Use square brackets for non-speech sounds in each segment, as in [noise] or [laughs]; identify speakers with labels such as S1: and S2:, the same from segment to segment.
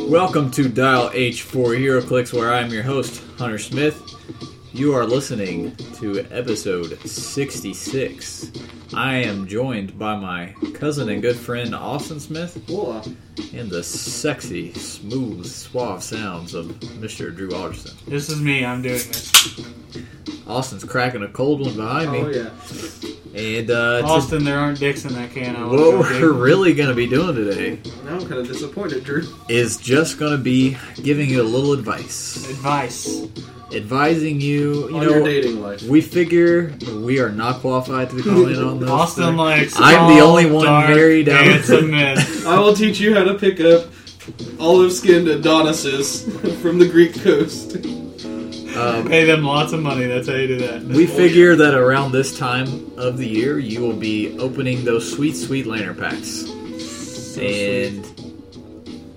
S1: Welcome to Dial H4 HeroClix, where I'm your host, Hunter Smith. You are listening to episode 66. I am joined by my cousin and good friend, Austin Smith,
S2: [laughs]
S3: Whoa.
S1: and the sexy, smooth, suave sounds of Mr. Drew Alderson.
S2: This is me. I'm doing this.
S1: Austin's cracking a cold one behind me,
S3: Oh yeah.
S1: and uh, to-
S2: Austin, there aren't dicks in that can. I wanna
S1: what
S2: go
S1: we're
S2: dig.
S1: really going to be doing today
S3: Now I'm kind of disappointed, Drew.
S1: is just going to be giving you a little advice,
S2: Advice.
S1: advising you, you
S3: on
S1: know,
S3: your dating life.
S1: We figure we are not qualified to comment on this.
S2: Austin likes.
S1: I'm the
S2: tall,
S1: only one
S2: dark,
S1: married out of-
S2: handsome men.
S1: [laughs]
S3: I will teach you how to pick up olive-skinned Adonises [laughs] from the Greek coast.
S1: Um,
S2: Pay them lots of money. That's how you do that.
S1: we figure that around this time of the year, you will be opening those sweet, sweet lantern packs, and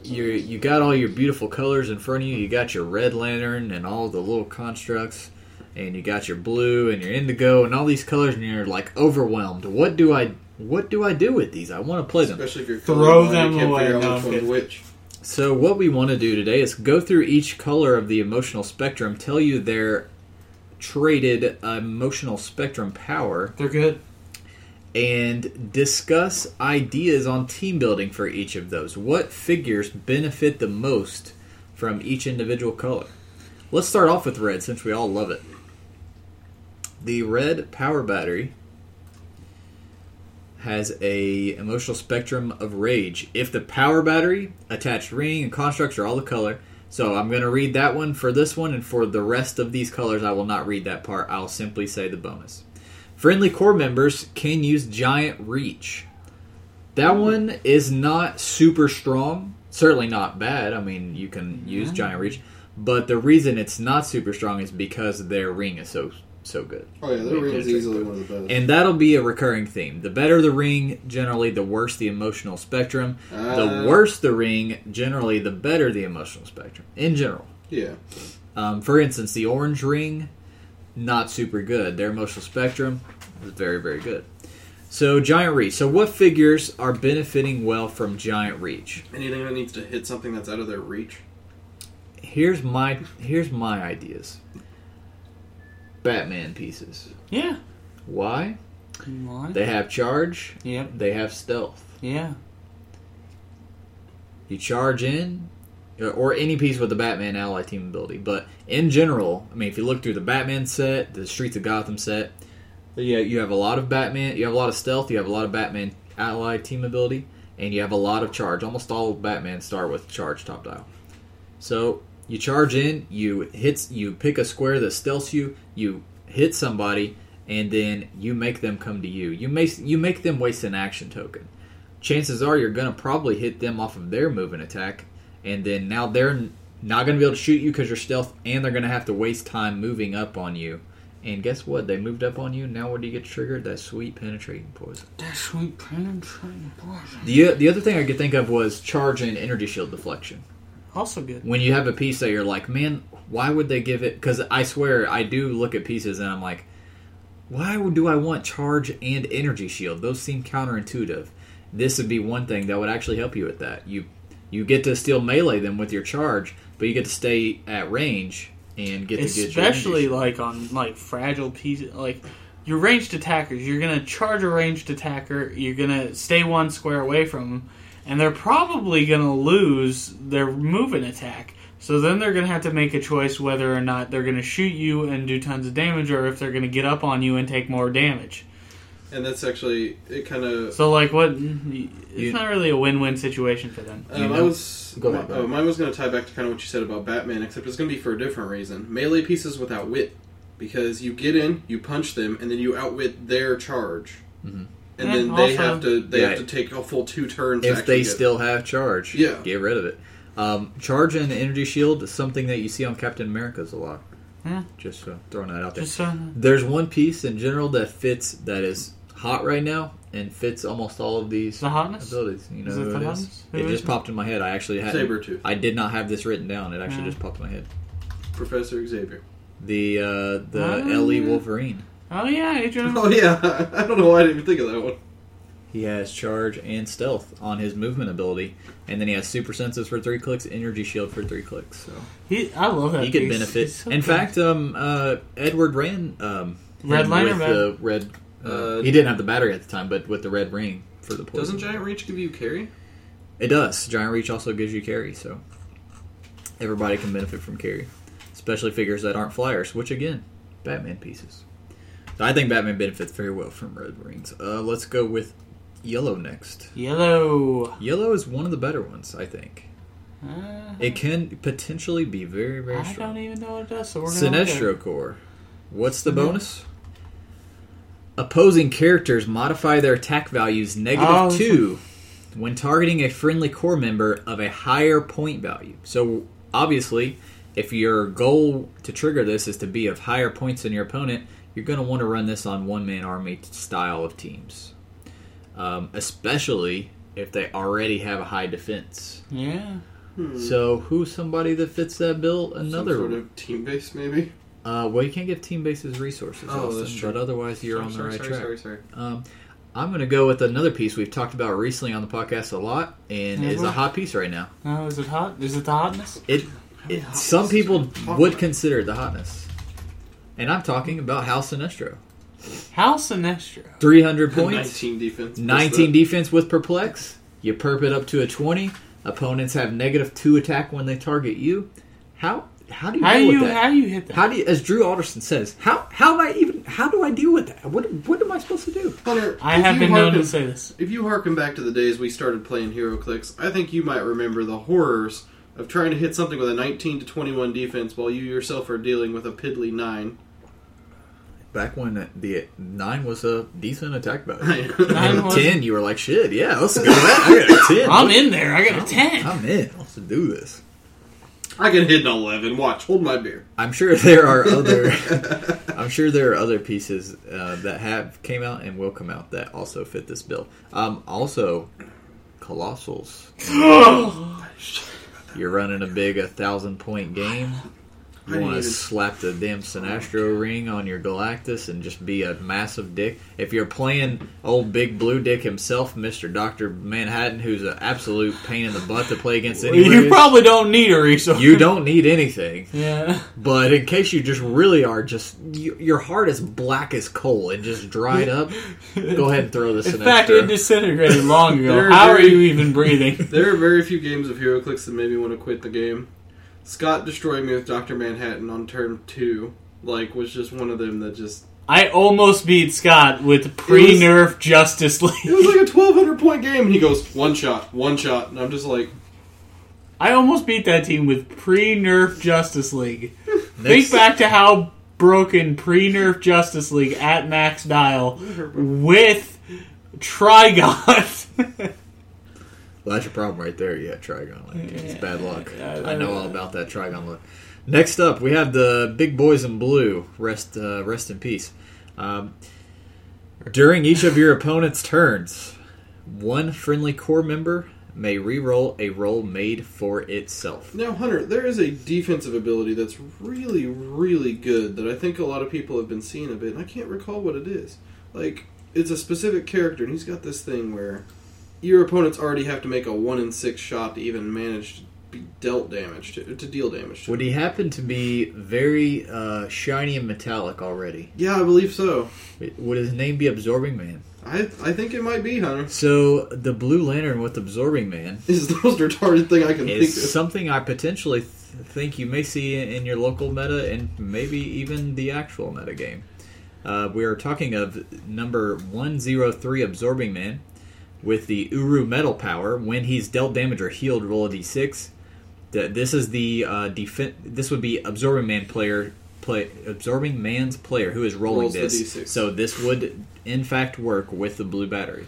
S1: you you got all your beautiful colors in front of you. You got your red lantern and all the little constructs, and you got your blue and your indigo and all these colors, and you're like overwhelmed. What do I? What do I do with these? I want to play them.
S3: Especially if you're
S2: Throw
S3: colorblind,
S2: them
S3: you can't
S2: away.
S3: Figure
S2: No,
S3: out
S2: I'm
S3: which
S2: kidding.
S3: one which.
S1: So what we want to do today is go through each color of the emotional spectrum, tell you their traded emotional spectrum power,
S2: They're good.
S1: and discuss ideas on team building for each of those. What figures benefit the most from each individual color? Let's start off with red since we all love it. The red power battery has a emotional spectrum of rage. If the power battery, attached ring, and constructs are all the color, so I'm going to read that one for this one, and for the rest of these colors, I will not read that part. I'll simply say the bonus. Friendly core members can use giant reach. That one is not super strong. Certainly not bad. I mean, you can use giant reach, but the reason it's not super strong is because their ring is so so good.
S3: Oh yeah, the ring is easily one of the best.
S1: And that'll be a recurring theme. The better the ring, generally, the worse the emotional spectrum.
S3: Uh,
S1: the worse the ring, generally, the better the emotional spectrum in general.
S3: Yeah.
S1: Um, for instance, the orange ring, not super good. Their emotional spectrum is very, very good. So, giant reach. So, what figures are benefiting well from giant reach?
S3: Anything that needs to hit something that's out of their reach.
S1: Here's my here's my ideas. Batman pieces.
S2: Yeah.
S1: Why?
S2: Why?
S1: They have charge.
S2: Yep.
S1: They have stealth.
S2: Yeah.
S1: you charge in uh, or any piece with the batman ally team ability but in general i mean if you look through the batman set the streets of gotham set yeah you have a lot of batman you have a lot of stealth you have a lot of batman ally team ability and you have a lot of charge almost all of batman start with charge top dial so you charge in you hits you pick a square that stealths you you hit somebody and then you make them come to you you make you make them waste an action token chances are you're going to probably hit them off of their move and attack, and then now they're n- not going to be able to shoot you because you're stealth, and they're going to have to waste time moving up on you. And guess what? They moved up on you. Now what do you get triggered? That sweet penetrating poison.
S2: That sweet penetrating poison.
S1: The o- the other thing I could think of was charge and energy shield deflection.
S2: Also good.
S1: When you have a piece that you're like, man, why would they give it? Because I swear I do look at pieces and I'm like, why would- do I want charge and energy shield? Those seem counterintuitive. This would be one thing that would actually help you with that. You you get to still melee them with your charge, but you get to stay at range and get to get your energy
S2: Especially
S1: shield.
S2: like on like fragile pieces like. Your ranged attackers, you're gonna charge a ranged attacker. You're gonna stay one square away from them, and they're probably gonna lose their move and attack. So then they're gonna have to make a choice whether or not they're gonna shoot you and do tons of damage, or if they're gonna get up on you and take more damage.
S3: And that's actually it. Kind of.
S2: So like, what? It's not really a win-win situation for them.
S3: Um,
S1: you
S3: I
S1: know-
S3: was.
S1: Go ahead, go ahead.
S3: oh, mine was going to tie back to kind of what you said about Batman, except it's going to be for a different reason. Melee pieces without wit, because you get in, you punch them, and then you outwit their charge,
S1: Mhm.
S3: and
S2: And
S3: then they
S2: also-
S3: have to they
S1: Yeah.
S3: have to take a full two turns. to
S1: if
S3: actually
S1: they
S3: get-
S1: still have charge,
S3: Yeah.
S1: get rid of it. Um, charge and energy shield is something that you see on Captain America's a lot.
S2: Yeah.
S1: Just uh, throwing that out there.
S2: Just uh,
S1: There's one piece in general that fits that is hot right now and fits almost all of these
S2: The hotness?
S1: abilities. You know
S2: Is it
S1: who
S2: the
S1: it is?
S2: hotness? Who
S1: It
S2: is
S1: just
S2: it?
S1: popped in my head. I actually had
S3: Sabretooth.
S1: I did not have this written down. It actually
S2: Yeah.
S1: just popped in my head.
S3: Professor Xavier.
S1: The uh, the
S2: Oh,
S1: Ellie
S2: yeah.
S1: Wolverine.
S2: Oh yeah,
S1: [laughs]
S3: [laughs]
S2: Adrian.
S3: Oh yeah, I don't know why I didn't even think of that one.
S1: He has charge and stealth on his movement ability, and then he has super senses for three clicks, energy shield for three clicks. So
S2: He, I love that.
S1: he could
S2: piece.
S1: benefit.
S2: He's so
S1: in
S2: good.
S1: fact, um, uh, Edward ran um,
S2: Red
S1: him
S2: line or
S1: with
S2: red?
S1: the red. Uh,
S3: Uh,
S1: he didn't have the battery at the time, but with the red ring for the poison.
S3: Doesn't Giant Reach give you carry?
S1: It does. Giant Reach also gives you carry, so everybody can benefit from carry, especially figures that aren't flyers, which again, Batman pieces. So I think Batman benefits very well from Red Rings. Uh, let's go with Yellow next.
S2: yellow.
S1: Yellow is one of the better ones, I think.
S2: Uh,
S1: It can potentially be very, very
S2: I
S1: strong.
S2: don't even know what it does. So we're gonna look at it.
S1: Sinestro Core. What's the bonus? Opposing characters modify their attack values negative
S2: Oh, this
S1: two when targeting a friendly core member of a higher point value. So obviously, if your goal to trigger this is to be of higher points than your opponent, you're going to want to run this on one man army style of teams, um, especially if they already have a high defense.
S2: Yeah.
S1: So who's somebody that fits that bill? Hmm. Another
S3: Hmm. Some sort of team base, maybe.
S1: uh, well, you can't give team bases resources,
S3: Oh,
S1: Austin,
S3: that's true.
S1: but otherwise you're
S3: Sorry,
S1: on the
S3: sorry,
S1: right
S3: sorry,
S1: track.
S3: Sorry, sorry.
S1: Um, I'm going to go with another piece we've talked about recently on the podcast a lot, and is a
S2: Mhm.
S1: hot piece right now.
S2: Oh, is it hot? Is it the hotness?
S1: It, it
S3: hot
S1: some
S3: pieces are
S1: people
S3: we talking
S1: would
S3: about?
S1: consider it the hotness, and I'm talking about Hal Sinestro,
S2: How Sinestro?
S3: [laughs]
S1: 300 points,
S3: 19 defense.
S1: 19 defense with perplex. You perp it up to a 20. Opponents have negative two attack when they target you. How how do you
S2: How
S1: deal with
S2: you
S1: that?
S2: how you hit that?
S1: How do you, as Drew Alderson says, how how am I even how do I deal with that? What what am I supposed to do?
S3: Hunter,
S2: I
S3: if
S2: have
S3: you
S2: been known
S3: harken-
S2: to say this.
S3: If you harken back to the days we started playing Hero Clicks, I think you might remember the horrors of trying to hit something with a 19 to 21 defense while you yourself are dealing with a piddly 9.
S1: Back when the nine was a decent attack value,
S3: [laughs] I
S2: Nine was-
S1: ten you were like shit. Yeah, let's go. I got a 10
S2: [laughs] I'm in there. I got a ten.
S1: I'm in. Let's do this.
S3: can hit an 11. Watch, hold my beer.
S1: I'm sure there are other. I'm sure there are other pieces uh, that have came out and will come out that also fit this bill. Um, also, colossals. You're running a big a thousand point game. You
S3: I didn't
S1: want to
S3: even-
S1: slap the damn Sinestro ring on your Galactus and just be a massive dick. If you're playing old Big Blue Dick himself, Mister Doctor Manhattan, who's an absolute pain in the butt to play against anyway,
S2: you probably don't need a resource.
S1: you don't need anything.
S2: [laughs] Yeah.
S1: But in case you just really are just you, your heart is black as coal and just dried up, go ahead and throw this
S2: [laughs] In
S1: in.
S2: fact, it disintegrated long
S1: [laughs]
S2: ago.
S3: They're
S2: How are
S3: very-
S2: you even breathing?
S3: There are very few games of Hero Clicks that made me want to quit the game. Scott destroying me with Dr. Manhattan on turn 2, like, was just one of them that just.
S2: I almost beat Scott with pre-nerf Justice
S3: It
S2: [laughs]
S3: was
S2: League.
S3: like a 1200 point game, and he goes, one shot, one shot, and I'm just like,
S2: I almost beat that team with pre-nerf Justice
S1: [laughs]
S2: League.
S1: Next-
S2: Think back to how broken pre-nerf Justice League at max dial with Trigon.
S1: Well, that's your problem right there. Yeah, Trigon. Like, It's bad luck.
S2: Yeah,
S1: I know all about that Trigon luck. Next up, we have the Big Boys in Blue. Rest, uh, rest in peace. Um, during each of your opponent's turns, one friendly core member may re-roll a roll made for itself.
S3: Now, Hunter, there is a defensive ability that's really, really good that I think a lot of people have been seeing a bit, and I can't recall what it is. Like, it's a specific character, and he's got this thing where your opponents already have to make a one in six shot to even manage to be dealt damage to, to deal damage to.
S1: Would he happen to be very uh, shiny and metallic already?
S3: Yeah, I believe so.
S1: Would his name be Absorbing Man?
S3: I I think it might be Hunter. [laughs]
S1: So the Blue Lantern with Absorbing Man
S3: Is the most retarded thing I can think of.
S1: is something I potentially th- think you may see in, in your local meta and maybe even the actual meta game. Uh, we are talking of number 103 Absorbing Man with the Uru Metal Power. When he's dealt damage or healed, roll a d6. Th- This is the uh, defen This would be Absorbing Man player play Absorbing Man's player who is rolling
S3: Rolls the
S1: this.
S3: D6.
S1: So this would in fact work with the blue battery.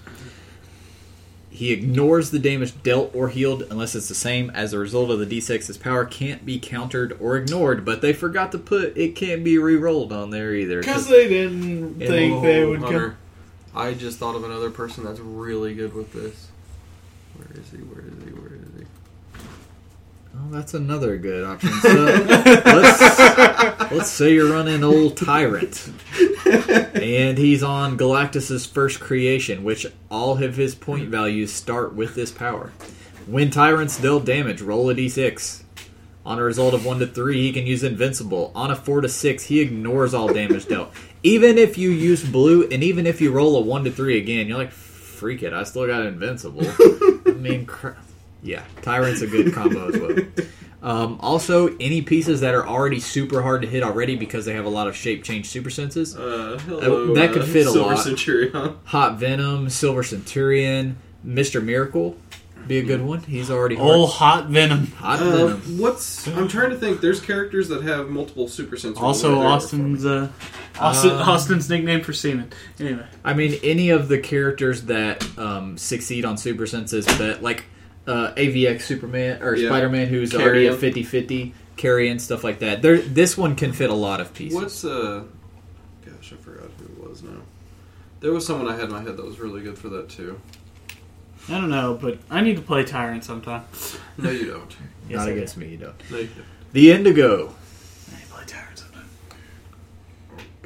S1: He ignores the damage dealt or healed unless it's the same. As a result of the d6, his power can't be countered or ignored, but they forgot to put it can't be re rolled on there either.
S2: they didn't
S1: think
S3: Hunter,
S4: I just thought of another person that's really good with this. Where is he? Where is he? Where is he?
S1: Oh, that's another good option. So let's, let's say you're running old Tyrant, and he's on Galactus's first creation, which all of his point values start with this power. When Tyrants deal damage, roll a d6. On a result of 1 to 3, he can use Invincible. On a 4 to 6, he ignores all damage dealt. Even if you use blue, and even if you roll a 1 to 3 again, you're like, freak it, I still got Invincible. I mean, cr- yeah, Tyrant's a good combo as well. Um, also, any pieces that are already super hard to hit already because they have a lot of shape change super senses.
S3: Uh, hello,
S1: Uh, that could
S3: uh,
S1: fit a
S3: Silver
S1: lot.
S3: Centurion. [laughs]
S1: Hot Venom, Silver Centurion, Mr. Miracle be a good one. He's already hard.
S2: Oh, hot venom.
S1: Hot
S3: Uh,
S1: Venom.
S3: what's I'm trying to think. There's characters that have multiple super senses.
S2: Also,
S3: Whether-
S2: Austin's uh, Austin,
S1: Um,
S2: Austin's nickname for semen. Anyway,
S1: I mean, any of the characters that um, succeed on super senses, but like uh, AVX Superman or
S3: Yeah.
S1: Spider Man, who's already a
S3: Carrion.
S1: 50 50 carrying stuff like that. There, this one can fit a lot of pieces.
S3: What's uh? Gosh, I forgot who it was now. There was someone I had in my head that was really good for that too.
S2: I don't know, but I need to play Tyrant sometime.
S3: No, you don't.
S2: Yes,
S1: Not
S2: I
S1: against me, you know.
S3: [laughs] No, you don't.
S1: The Indigo.
S2: I need to play Tyrant sometime.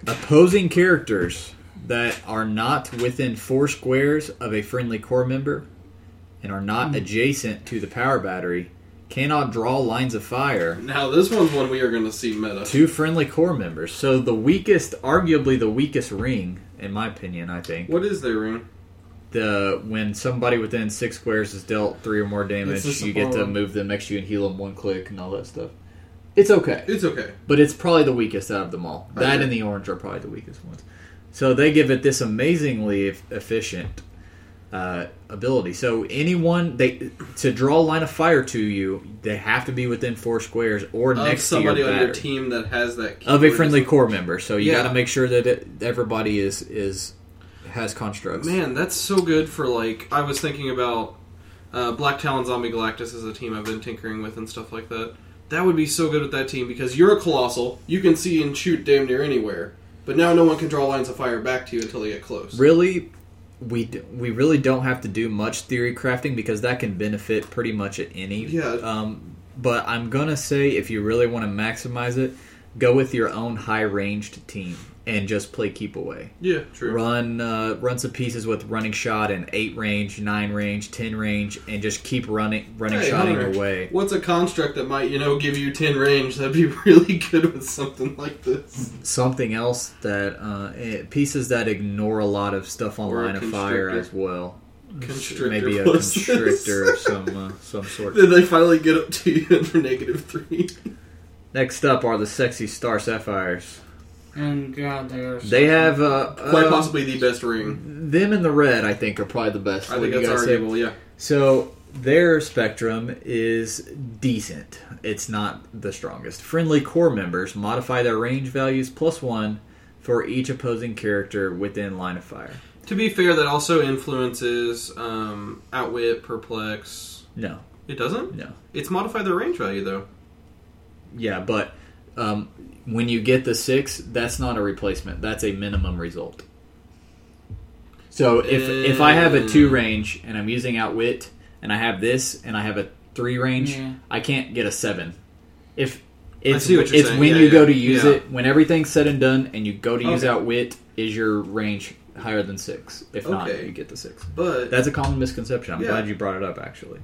S1: opposing characters that are not within four squares of a friendly core member and are
S2: Hmm.
S1: not adjacent to the power battery cannot draw lines of fire
S3: Now this one's one we are going to see meta.
S1: to friendly core members. So the weakest, arguably the weakest ring, in my opinion, I think,
S3: What is their ring?
S1: the when somebody within six squares is dealt three or more damage,
S2: It's just
S1: you get to
S2: horrible.
S1: move them next to you and heal them one click and all that stuff. It's okay.
S3: It's okay.
S1: but it's probably the weakest out of them all.
S3: I
S1: That
S3: agree.
S1: and the orange are probably the weakest ones. So they give it this amazingly eff- efficient uh, ability. So anyone they to draw a line of fire to you, they have to be within four squares or
S3: Of
S1: next
S3: somebody
S1: to your
S3: on
S1: battery
S3: your team that has that
S1: of a
S3: keyword.
S1: friendly core member. So you
S3: Yeah.
S1: got to make sure that it, everybody is is has constructs.
S3: Man, that's so good for like. I was thinking about uh, Black Talon Zombie Galactus as a team I've been tinkering with and stuff like that. That would be so good with that team because you're a colossal. You can see and shoot damn near anywhere. But now no one can draw lines of fire back to you until they get close.
S1: Really, we d- we really don't have to do much theory crafting because that can benefit pretty much at any.
S3: Yeah.
S1: Um, but I'm gonna say if you really want to maximize it, go with your own high ranged team and just play keep away.
S3: Yeah, true.
S1: Run uh, run some pieces with running shot and eight range, nine range, ten range, and just keep running running
S3: Hey,
S1: shotting
S3: Hunter,
S1: away.
S3: What's a construct that might, you know, give you 10 range? That'd be [laughs] really good with something like this.
S1: Something else that uh, eh, pieces that ignore a lot of stuff on
S3: Or a
S1: line of fire
S3: constrictor.
S1: as well.
S3: Constrictor.
S1: maybe a
S3: was this.
S1: constrictor of some uh, some sort.
S3: [laughs] then they finally get up to you [laughs] and they're negative three.
S1: Next up are the sexy star sapphires.
S2: And God, they're
S1: They have uh,
S3: Quite
S1: uh,
S3: possibly the best ring.
S1: them and the red. I think are probably the best.
S3: I
S1: What
S3: think
S1: do you
S3: that's
S1: guys say?
S3: arguable, yeah.
S1: So their spectrum is decent. It's not the strongest. Friendly core members modify their range values plus one for each opposing character within line of fire.
S3: To be fair, that also influences um, outwit, perplex.
S1: No,
S3: It doesn't.
S1: no.
S3: It's modified their range value though.
S1: Yeah, but um, when you get the six, that's not a replacement. That's a minimum result. So if if I have a two
S3: Mm.
S1: range and I'm using outwit, and I have this, and I have a three range,
S2: Yeah.
S1: I can't get a seven. If it's
S3: see what you're
S1: it's
S3: saying.
S1: when
S3: Yeah,
S1: you
S3: yeah,
S1: go to use
S3: yeah.
S1: it when everything's said and done, and you go to use
S3: Okay.
S1: outwit, is your range higher than six? If not,
S3: Okay.
S1: you get the six.
S3: But
S1: That's a common misconception. I'm
S3: Yeah.
S1: glad you brought it up actually.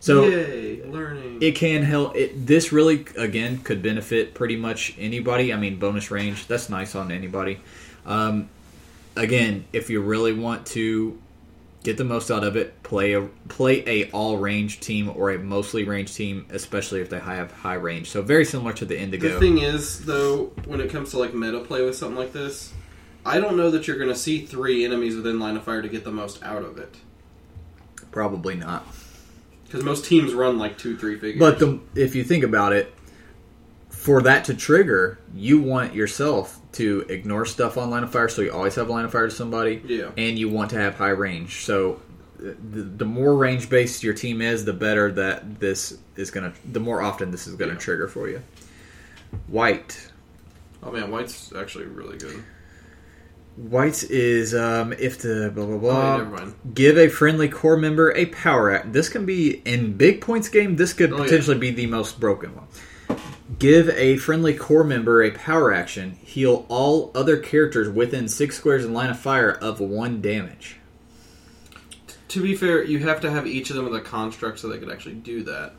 S1: So
S3: yay, learning.
S1: it can help it this really again could benefit pretty much anybody i mean bonus range that's nice on anybody um, again if you really want to get the most out of it play a play a all range team or a mostly range team especially if they hi- have high range so very similar to the indigo
S3: the thing is though, when it comes to like meta play with something like this, I don't know that you're going to see three enemies within line of fire to get the most out of it.
S1: probably not
S3: Because most teams run like two, three figures.
S1: But the, if you think about it, for that to trigger, you want yourself to ignore stuff on line of fire, so you always have line of fire to somebody.
S3: Yeah.
S1: And you want to have high range. So uh, the, the more range based your team is, the better that this is going to, the more often this is going to
S3: Yeah.
S1: trigger for you. White.
S3: oh man, white's actually really good.
S1: Whites is um, if the blah blah
S3: Oh,
S1: blah.
S3: never mind.
S1: Give a friendly core member a power act. This can be in big points game. This could
S3: Oh, yeah.
S1: potentially be the most broken one. Give a friendly core member a power action. Heal all other characters within six squares in line of fire of one damage.
S3: To be fair, you have to have each of them with a construct so they could actually do that.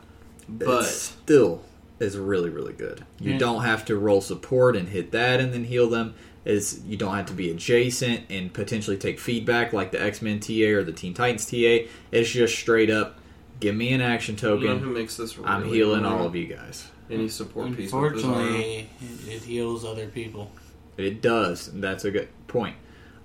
S3: But
S1: But still is really really good. You
S2: Yeah.
S1: don't have to roll support and hit that and then heal them. Is you don't have to be adjacent and potentially take feedback like the X Men TA or the Teen Titans TA. It's just straight up. Give me an action
S3: you know who
S1: token.
S3: makes this?
S1: I'm
S3: really
S1: healing
S3: hard?
S1: all of you guys.
S3: Any support piece. with this armor.
S2: Unfortunately, it, it heals other people.
S1: It does. And that's a good point.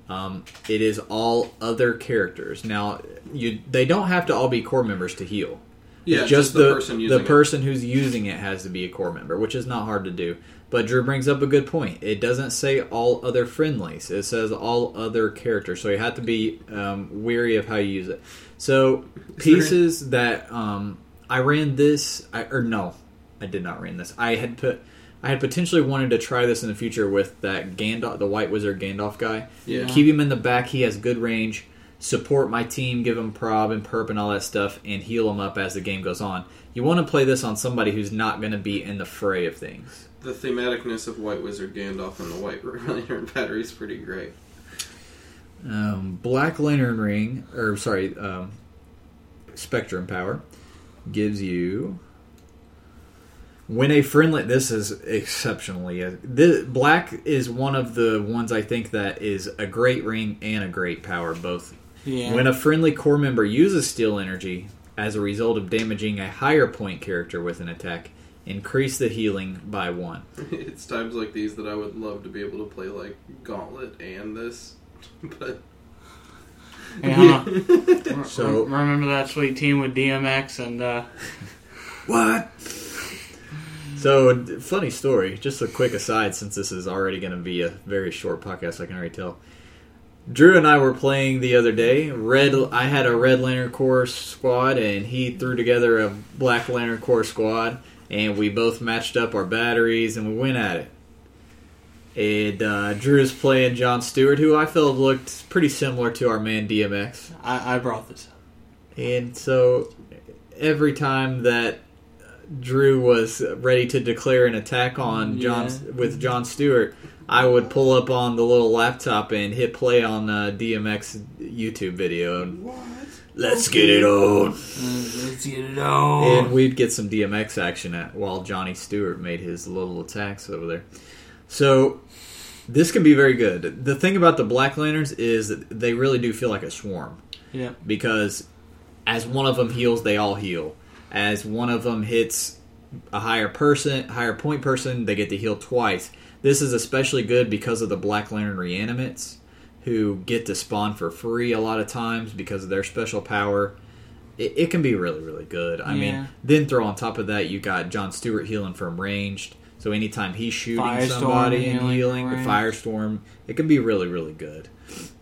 S1: Um, it is all other characters. Now, you they don't have to all be core members to heal.
S3: yeah,
S1: It's just, the, the person,
S3: person using it.
S1: who's using it has to be a core member, which is not hard to do. But Drew brings up a good point. It doesn't say all other friendlies; it says all other characters. So you have to be um, weary of how you use it. So pieces that um, I ran this, I, or no, I did not ran this. I had put, I had potentially wanted to try this in the future with that Gandalf, the White Wizard Gandalf guy.
S3: Yeah.
S1: Keep him in the back. He has good range. Support my team. Give him prob and perp and all that stuff, and heal him up as the game goes on. You want to play this on somebody who's not going to be in the fray of things.
S3: the thematicness of White Wizard Gandalf and the White [laughs] Iron Battery is pretty great. [laughs]
S1: Um, Black Lantern Ring, or sorry, um, Spectrum Power gives you when a friendly. This is exceptionally. This, Black is one of the ones I think that is a great ring and a great power both
S2: Yeah.
S1: When a friendly core member uses steel energy as a result of damaging a higher point character with an attack, increase the healing by one.
S3: it's times like these that I would love to be able to play like Gauntlet and this, [laughs] but
S2: Hey, hold
S1: [laughs]
S2: on.
S1: So-
S2: Re- remember that sweet team with DMX and uh,
S1: What? So, d- funny story. Just a quick aside, since this is already going to be a very short podcast, I can already tell. Drew and I were playing the other day. Red, I had a Red Lantern Corps squad, and he threw together a Black Lantern Corps squad, and we both matched up our batteries, and we went at it. And uh, Drew's playing John Stewart, who I felt looked pretty similar to our man DMX.
S2: I, I brought this. up.
S1: And so every time that Drew was ready to declare an attack on John
S2: Yeah.
S1: with John Stewart, I would pull up on the little laptop and hit play on uh, DMX YouTube video and
S3: what?
S1: let's get it on.
S2: Let's get it
S1: And
S2: on.
S1: we'd get some DMX action at, while Johnny Stewart made his little attacks over there. So this can be very good. The thing about the Black Lanterns is that they really do feel like a swarm
S2: Yeah.
S1: because as one of them heals, they all heal. As one of them hits a higher person, higher point person, they get to heal twice. This is especially good because of the Black Lantern reanimates, who get to spawn for free a lot of times because of their special power. It, it can be really, really good. I
S2: Yeah.
S1: mean, then throw on top of that, you got John Stewart healing from ranged. So anytime he's shooting
S2: Firestorm
S1: somebody and
S2: healing from
S1: healing, the
S2: ranged.
S1: firestorm, it can be really, really good.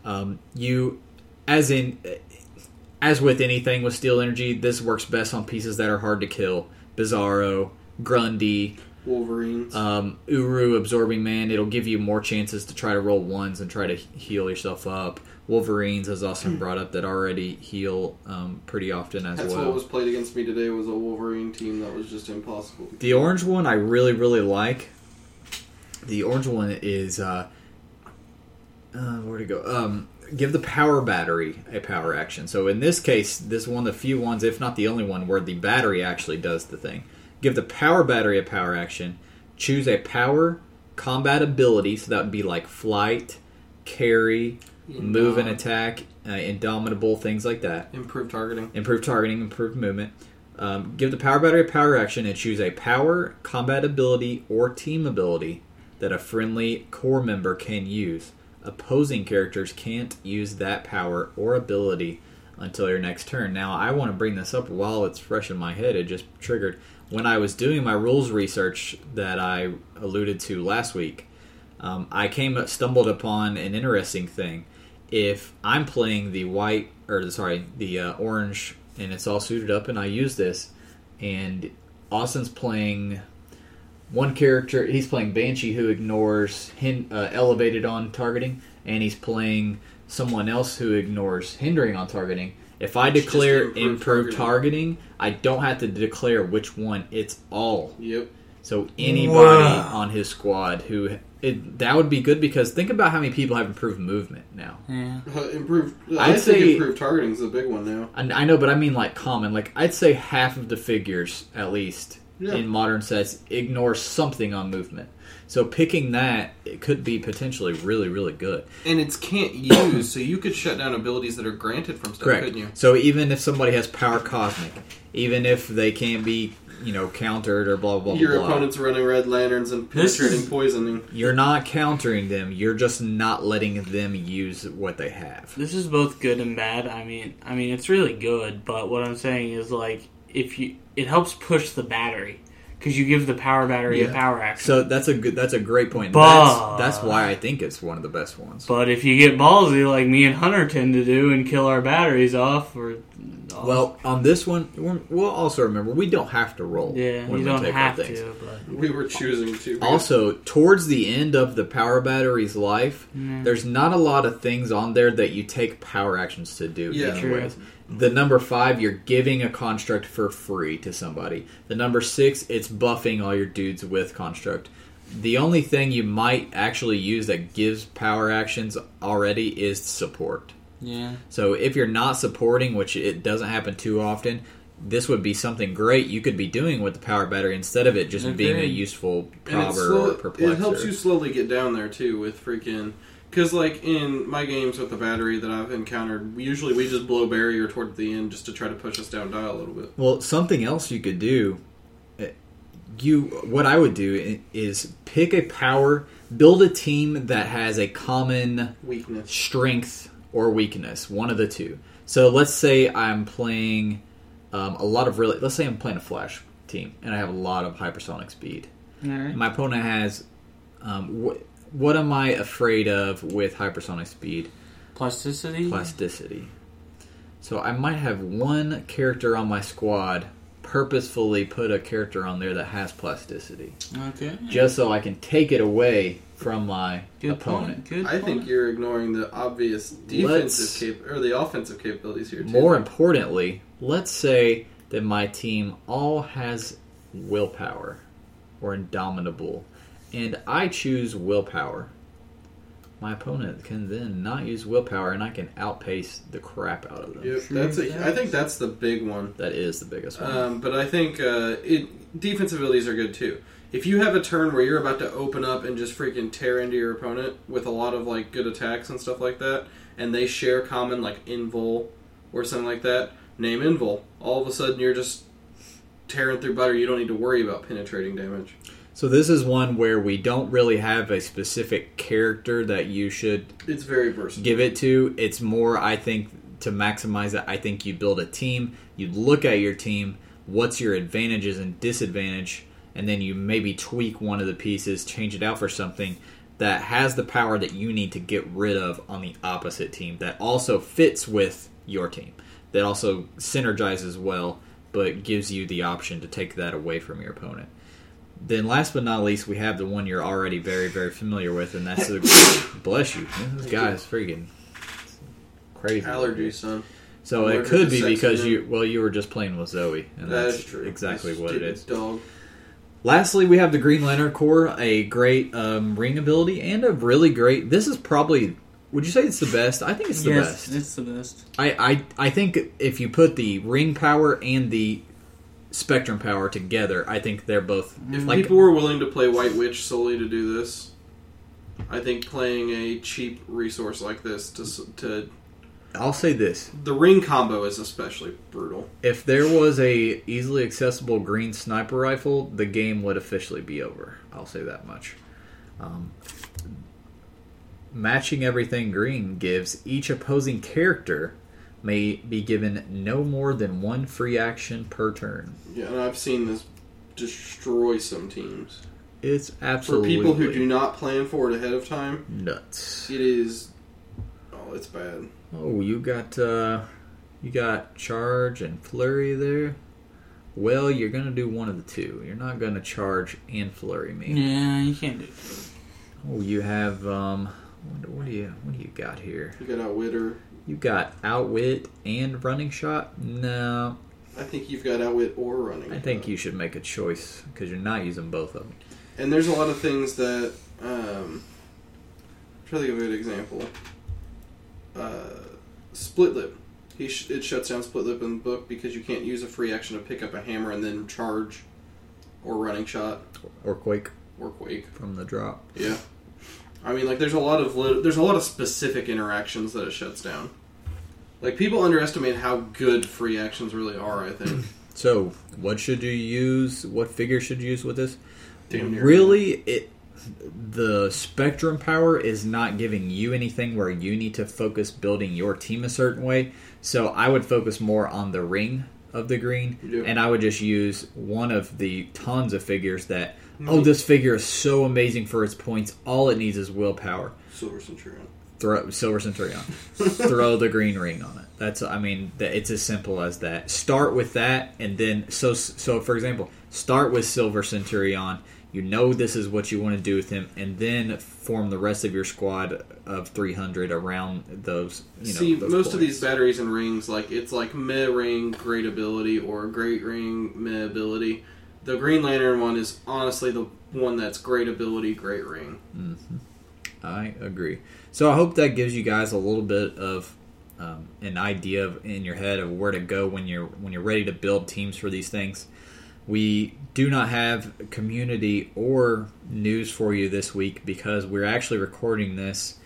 S1: Um, you, as in, as with anything with steel energy, this works best on pieces that are hard to kill. Bizarro, Grundy,
S3: Wolverines.
S1: um, Uru, Absorbing Man. It'll give you more chances to try to roll ones and try to heal yourself up. Wolverines, as Austin brought up, that already heal um, pretty often as
S3: That's
S1: well.
S3: what was played against me today was a Wolverine team that was just impossible. to
S1: The orange one I really really like. The orange one is uh, uh where to go? Um, give the power battery a power action. So in this case, this is one of the few ones, if not the only one, where the battery actually does the thing. Give the power battery a power action. Choose a power combat ability, so that would be like flight, carry, move and attack, uh, indomitable things like that
S3: Improved targeting.
S1: improve targeting, improve movement. Um, give the power battery a power action and choose a power, combat ability, or team ability that a friendly core member can use. Opposing characters can't use that power or ability until your next turn. Now, I want to bring this up while it's fresh in my head. It just triggered. When I was doing my rules research that I alluded to last week, um, I came stumbled upon an interesting thing. If I'm playing the white or sorry the uh, orange and it's all suited up, and I use this, and Austin's playing one character he's playing Banshee who ignores hin- uh, elevated on targeting, and he's playing someone else who ignores hindering on targeting. If I
S3: Which just
S1: declare
S3: improved
S1: improved targeting, I don't have to declare which one. It's all.
S3: Yep.
S1: So anybody
S2: Wow.
S1: on his squad who it, that would be good because think about how many people have improved movement now.
S2: Yeah.
S3: Uh, improved.
S1: I'd
S3: I think
S1: say-
S3: improved targeting is the big one now.
S1: I, I know, but I mean like common. Like I'd say half of the figures at least
S3: Yeah.
S1: in modern sets ignore something on movement. So picking that it could be potentially really really good.
S4: And it's can't use, so you could shut down abilities that are granted from stuff,
S1: Correct.
S4: couldn't you?
S1: So even if somebody has power cosmic, even if they can't be you know countered or blah blah blah,
S3: Your
S1: blah
S3: opponent's running red lanterns and
S2: This
S3: penetrating
S2: is-
S3: poisoning.
S1: you're not countering them. You're just not letting them use what they have.
S2: This is both good and bad. I mean, I mean it's really good, but what I'm saying is like if you it helps push the battery because you give the power battery a
S1: Yeah.
S2: power action.
S1: So that's a good. That's a great point.
S2: But-
S1: that's, that's why I think it's one of the best ones.
S2: but if you get ballsy like me and Hunter tend to do and kill our batteries off, or off,
S1: Well, on this one, we're, we'll also remember we don't have to roll.
S2: yeah,
S1: when
S2: you
S1: we
S2: don't
S1: take our
S2: have
S1: things.
S2: to. But
S3: We were choosing to.
S1: Also, towards the end of the power battery's life,
S2: Mm.
S1: there's not a lot of things on there that you take power actions to do.
S3: Yeah.
S1: anyways.
S2: True.
S1: The number five, you're giving a construct for free to somebody. The number six, it's buffing all your dudes with construct. The only thing you might actually use that gives power actions already is support.
S2: yeah,
S1: So if you're not supporting, which it doesn't happen too often, this would be something great you could be doing with the power battery instead of it just being a
S2: Agreed.
S1: useful
S3: And it,
S1: proverb
S3: slow-
S1: or perplexer.
S3: it helps you slowly get down there too with freaking because like in my games with the battery that I've encountered, we- usually we just blow barrier toward the end just to try to push us down dial a little bit.
S1: Well, something else you could do, uh, you what I would do i- is pick a power, build a team that has a common
S3: Weakness.
S1: strength or weakness, one of the two. So let's say I'm playing um, a lot of really. Let's say I'm playing a flash team and I have a lot of hypersonic speed.
S2: all right.
S1: My opponent has. Um, wh- what am I afraid of with hypersonic speed?
S2: Plasticity.
S1: plasticity. So I might have one character on my squad purposefully put a character on there that has plasticity,
S2: okay.
S1: just so I can take it away from my
S2: Good
S1: opponent.
S2: point. Good.
S3: I think
S2: point.
S3: you're ignoring the obvious
S1: Let's-
S3: defensive cap- or the offensive capabilities here too.
S1: More importantly, let's say that my team all has willpower or indomitable, and I choose willpower. My opponent can then not use willpower, and I can outpace the crap out of them.
S3: Yep, that's a, I think that's the big one.
S1: That is the biggest one.
S3: Um, but I think uh, it, defensive abilities are good too. If you have a turn where you're about to open up and just freaking tear into your opponent with a lot of like good attacks and stuff like that, and they share common like invol or something like that, name invol. All of a sudden you're just tearing through butter. You don't need to worry about penetrating damage.
S1: So this is one where we don't really have a specific character that you should
S3: It's very versatile.
S1: give it to. It's more, I think, to maximize it. I think you build a team. You look at your team. What's your advantages and disadvantage, and then you maybe tweak one of the pieces, change it out for something that has the power that you need to get rid of on the opposite team that also fits with your team. That also synergizes well, but gives you the option to take that away from your opponent. Then, last but not least, we have the one you're already very, very familiar with, and
S3: [laughs]
S1: that's the bless you. Man, This guy's freaking crazy.
S3: Allergies, son.
S1: So
S3: Allergic
S1: it could
S3: to
S1: be
S3: sex,
S1: because
S3: man.
S1: you well, you were just playing with Zoe, and
S3: That's,
S1: that's,
S3: true.
S1: exactly
S3: This
S1: what it
S3: stupid
S1: is.
S3: Dog.
S1: Lastly, we have the Green Lantern Corps, a great um, ring ability and a really great. This is probably. Would you say it's the best? I think it's the
S2: yes,
S1: best.
S2: it's the best.
S1: I, I I think if you put the ring power and the spectrum power together, I think they're both
S3: If
S1: like
S3: Mm-hmm. people were willing to play White Witch solely to do this, I think playing a cheap resource like this to s- to
S1: I'll say this:
S3: the ring combo is especially brutal.
S1: If there was a easily accessible green sniper rifle, the game would officially be over. I'll say that much. Um, matching everything green gives each opposing character may be given no more than one free action per turn.
S3: Yeah, and I've seen this destroy some teams.
S1: It's
S3: For
S1: absolutely
S3: people who do not plan for it ahead of time,
S1: nuts.
S3: it is oh, it's bad.
S1: Oh, you got uh, you got charge and flurry there. well, you're going to do one of the two. You're not going to charge and flurry me.
S2: Yeah, you can't do.
S1: Oh, you have um. What, what do you What do you got here?
S3: You got outwit her.
S1: You got outwit and running shot. No,
S3: I think you've got outwit or running.
S1: I think you should make a choice because you're not using both of them.
S3: And there's a lot of things that. Um, i trying to think of a good example. Uh, split lip. He sh- it shuts down split lip in the book because you can't use a free action to pick up a hammer and then charge, or running shot,
S1: Or quake
S3: or quake.
S1: from the drop.
S3: Yeah. I mean, like, there's a lot of lit- there's a lot of specific interactions that it shuts down. Like, people underestimate how good free actions really are. I think.
S1: So, what should you use? What figure should you use with this?
S3: [clears throat] Damn near.
S1: really, it the spectrum power is not giving you anything where you need to focus building your team a certain way. So, I would focus more on the ring of the green,
S3: Yeah.
S1: and I would just use one of the tons of figures that.
S3: Mm-hmm.
S1: Oh, this figure is so amazing for its points. All it needs is willpower.
S3: Silver Centurion.
S1: throw silver centurion throw the green ring on it that's i mean that it's as simple as that start with that and then so so for example start with silver centurion you know this is what you want to do with him and then form the rest of your squad of 300 around those you know
S3: See,
S1: those
S3: most of
S1: points.
S3: these batteries and rings, like it's like meh ring, great ability, or great ring, meh ability. The Green Lantern one is honestly the one that's great ability, great ring.
S1: I agree. So I hope that gives you guys a little bit of um, an idea of, in your head of where to go when you're when you're ready to build teams for these things. We do not have community or news for you this week because we're actually recording this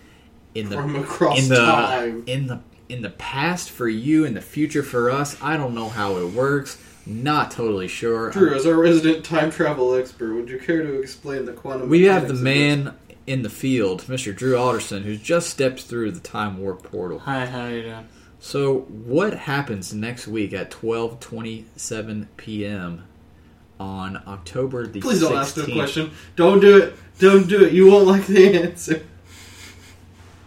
S1: in the
S3: From across
S1: in the
S3: time.
S1: in the in the past for you in the future for us. I don't know how it works. Not totally sure.
S3: Drew, as our resident time travel expert, would you care to explain the quantum?
S1: We have the
S3: mechanics
S1: man in the field, Mr. Drew Alderson, who just stepped through the time warp portal.
S2: Hi, how you doing?
S1: So what happens next week at twelve twenty seven p.m. on October the
S3: of this? Please
S1: 16th?
S3: don't ask the question. Don't do it. Don't do it. You won't like the answer. [laughs]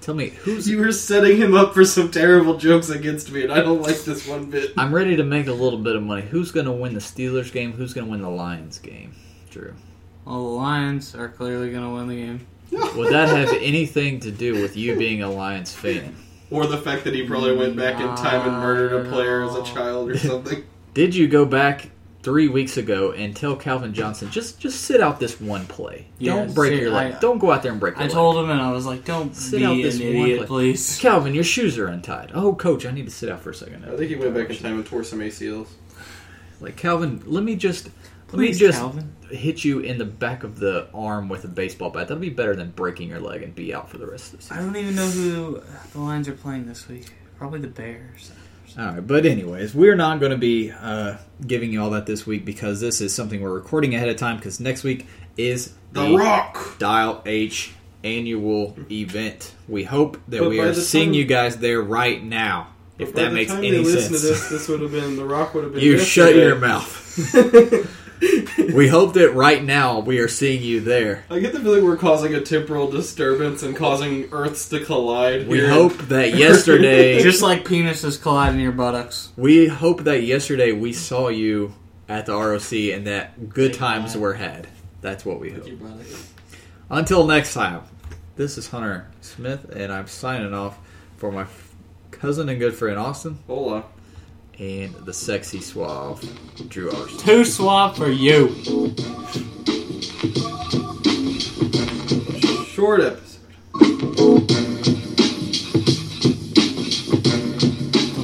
S1: Tell me who's.
S3: You were setting him up for some terrible jokes against me, and I don't like this one bit.
S1: I'm ready to make a little bit of money. Who's going to win the Steelers game? Who's going to win the Lions game? Drew.
S2: Well, the Lions are clearly going to win the game.
S1: Would that have anything to do with you being a Lions fan?
S3: Or the fact that he probably went back in time and murdered a player as a
S1: [laughs]
S3: child or something.
S1: Did you go back three weeks ago and tell Calvin Johnson just just sit out this one play?
S2: Yeah,
S1: don't break
S2: ser-
S1: your leg.
S2: I-
S1: don't go out there and break. Your
S2: I
S1: leg.
S2: told him, and I was like, "Don't
S1: Sit
S2: be
S1: out
S2: an
S1: this one
S2: idiot,
S1: play.
S2: please."
S1: Calvin, your shoes are untied. Oh, coach, I need to sit out for a second.
S3: I think he went back in time and tore some ACLs.
S1: Like Calvin, let me just let me
S2: Please,
S1: just
S2: Calvin.
S1: hit you in the back of the arm with a baseball bat. That'd be better than breaking your leg and be out for the rest of the
S2: I
S1: season.
S2: don't even know who the Lions are playing this week. Probably the Bears.
S1: All right, but anyways, we're not going to be uh, giving you all that this week because this is something we're recording ahead of time because next week is
S3: The Rock!
S1: Dial H annual event. We hope that
S3: But
S1: we
S3: by
S1: are
S3: the
S1: seeing
S3: time-
S1: you guys there right now. If that makes any
S3: listen
S1: sense,
S3: To this, this would have been The Rock would have been.
S1: [laughs] you shut
S3: yesterday.
S1: your mouth.
S3: [laughs]
S1: We hope that right now we are seeing you there.
S3: I get the feeling we're causing a temporal disturbance and causing Earths to collide.
S1: We
S3: here.
S1: hope
S3: [laughs]
S1: that yesterday
S2: Just like penises collide in your buttocks.
S1: we hope that yesterday we saw you at the ROC and that good
S2: Say
S1: times
S2: bye.
S1: were had. That's what we hope.
S2: Your buttocks.
S1: Until next time. This is Hunter Smith and I'm signing off for my f- cousin and good friend Austin
S3: Hola.
S1: and the sexy suave Drew Arson.
S2: Two swap for you.
S3: Short episode.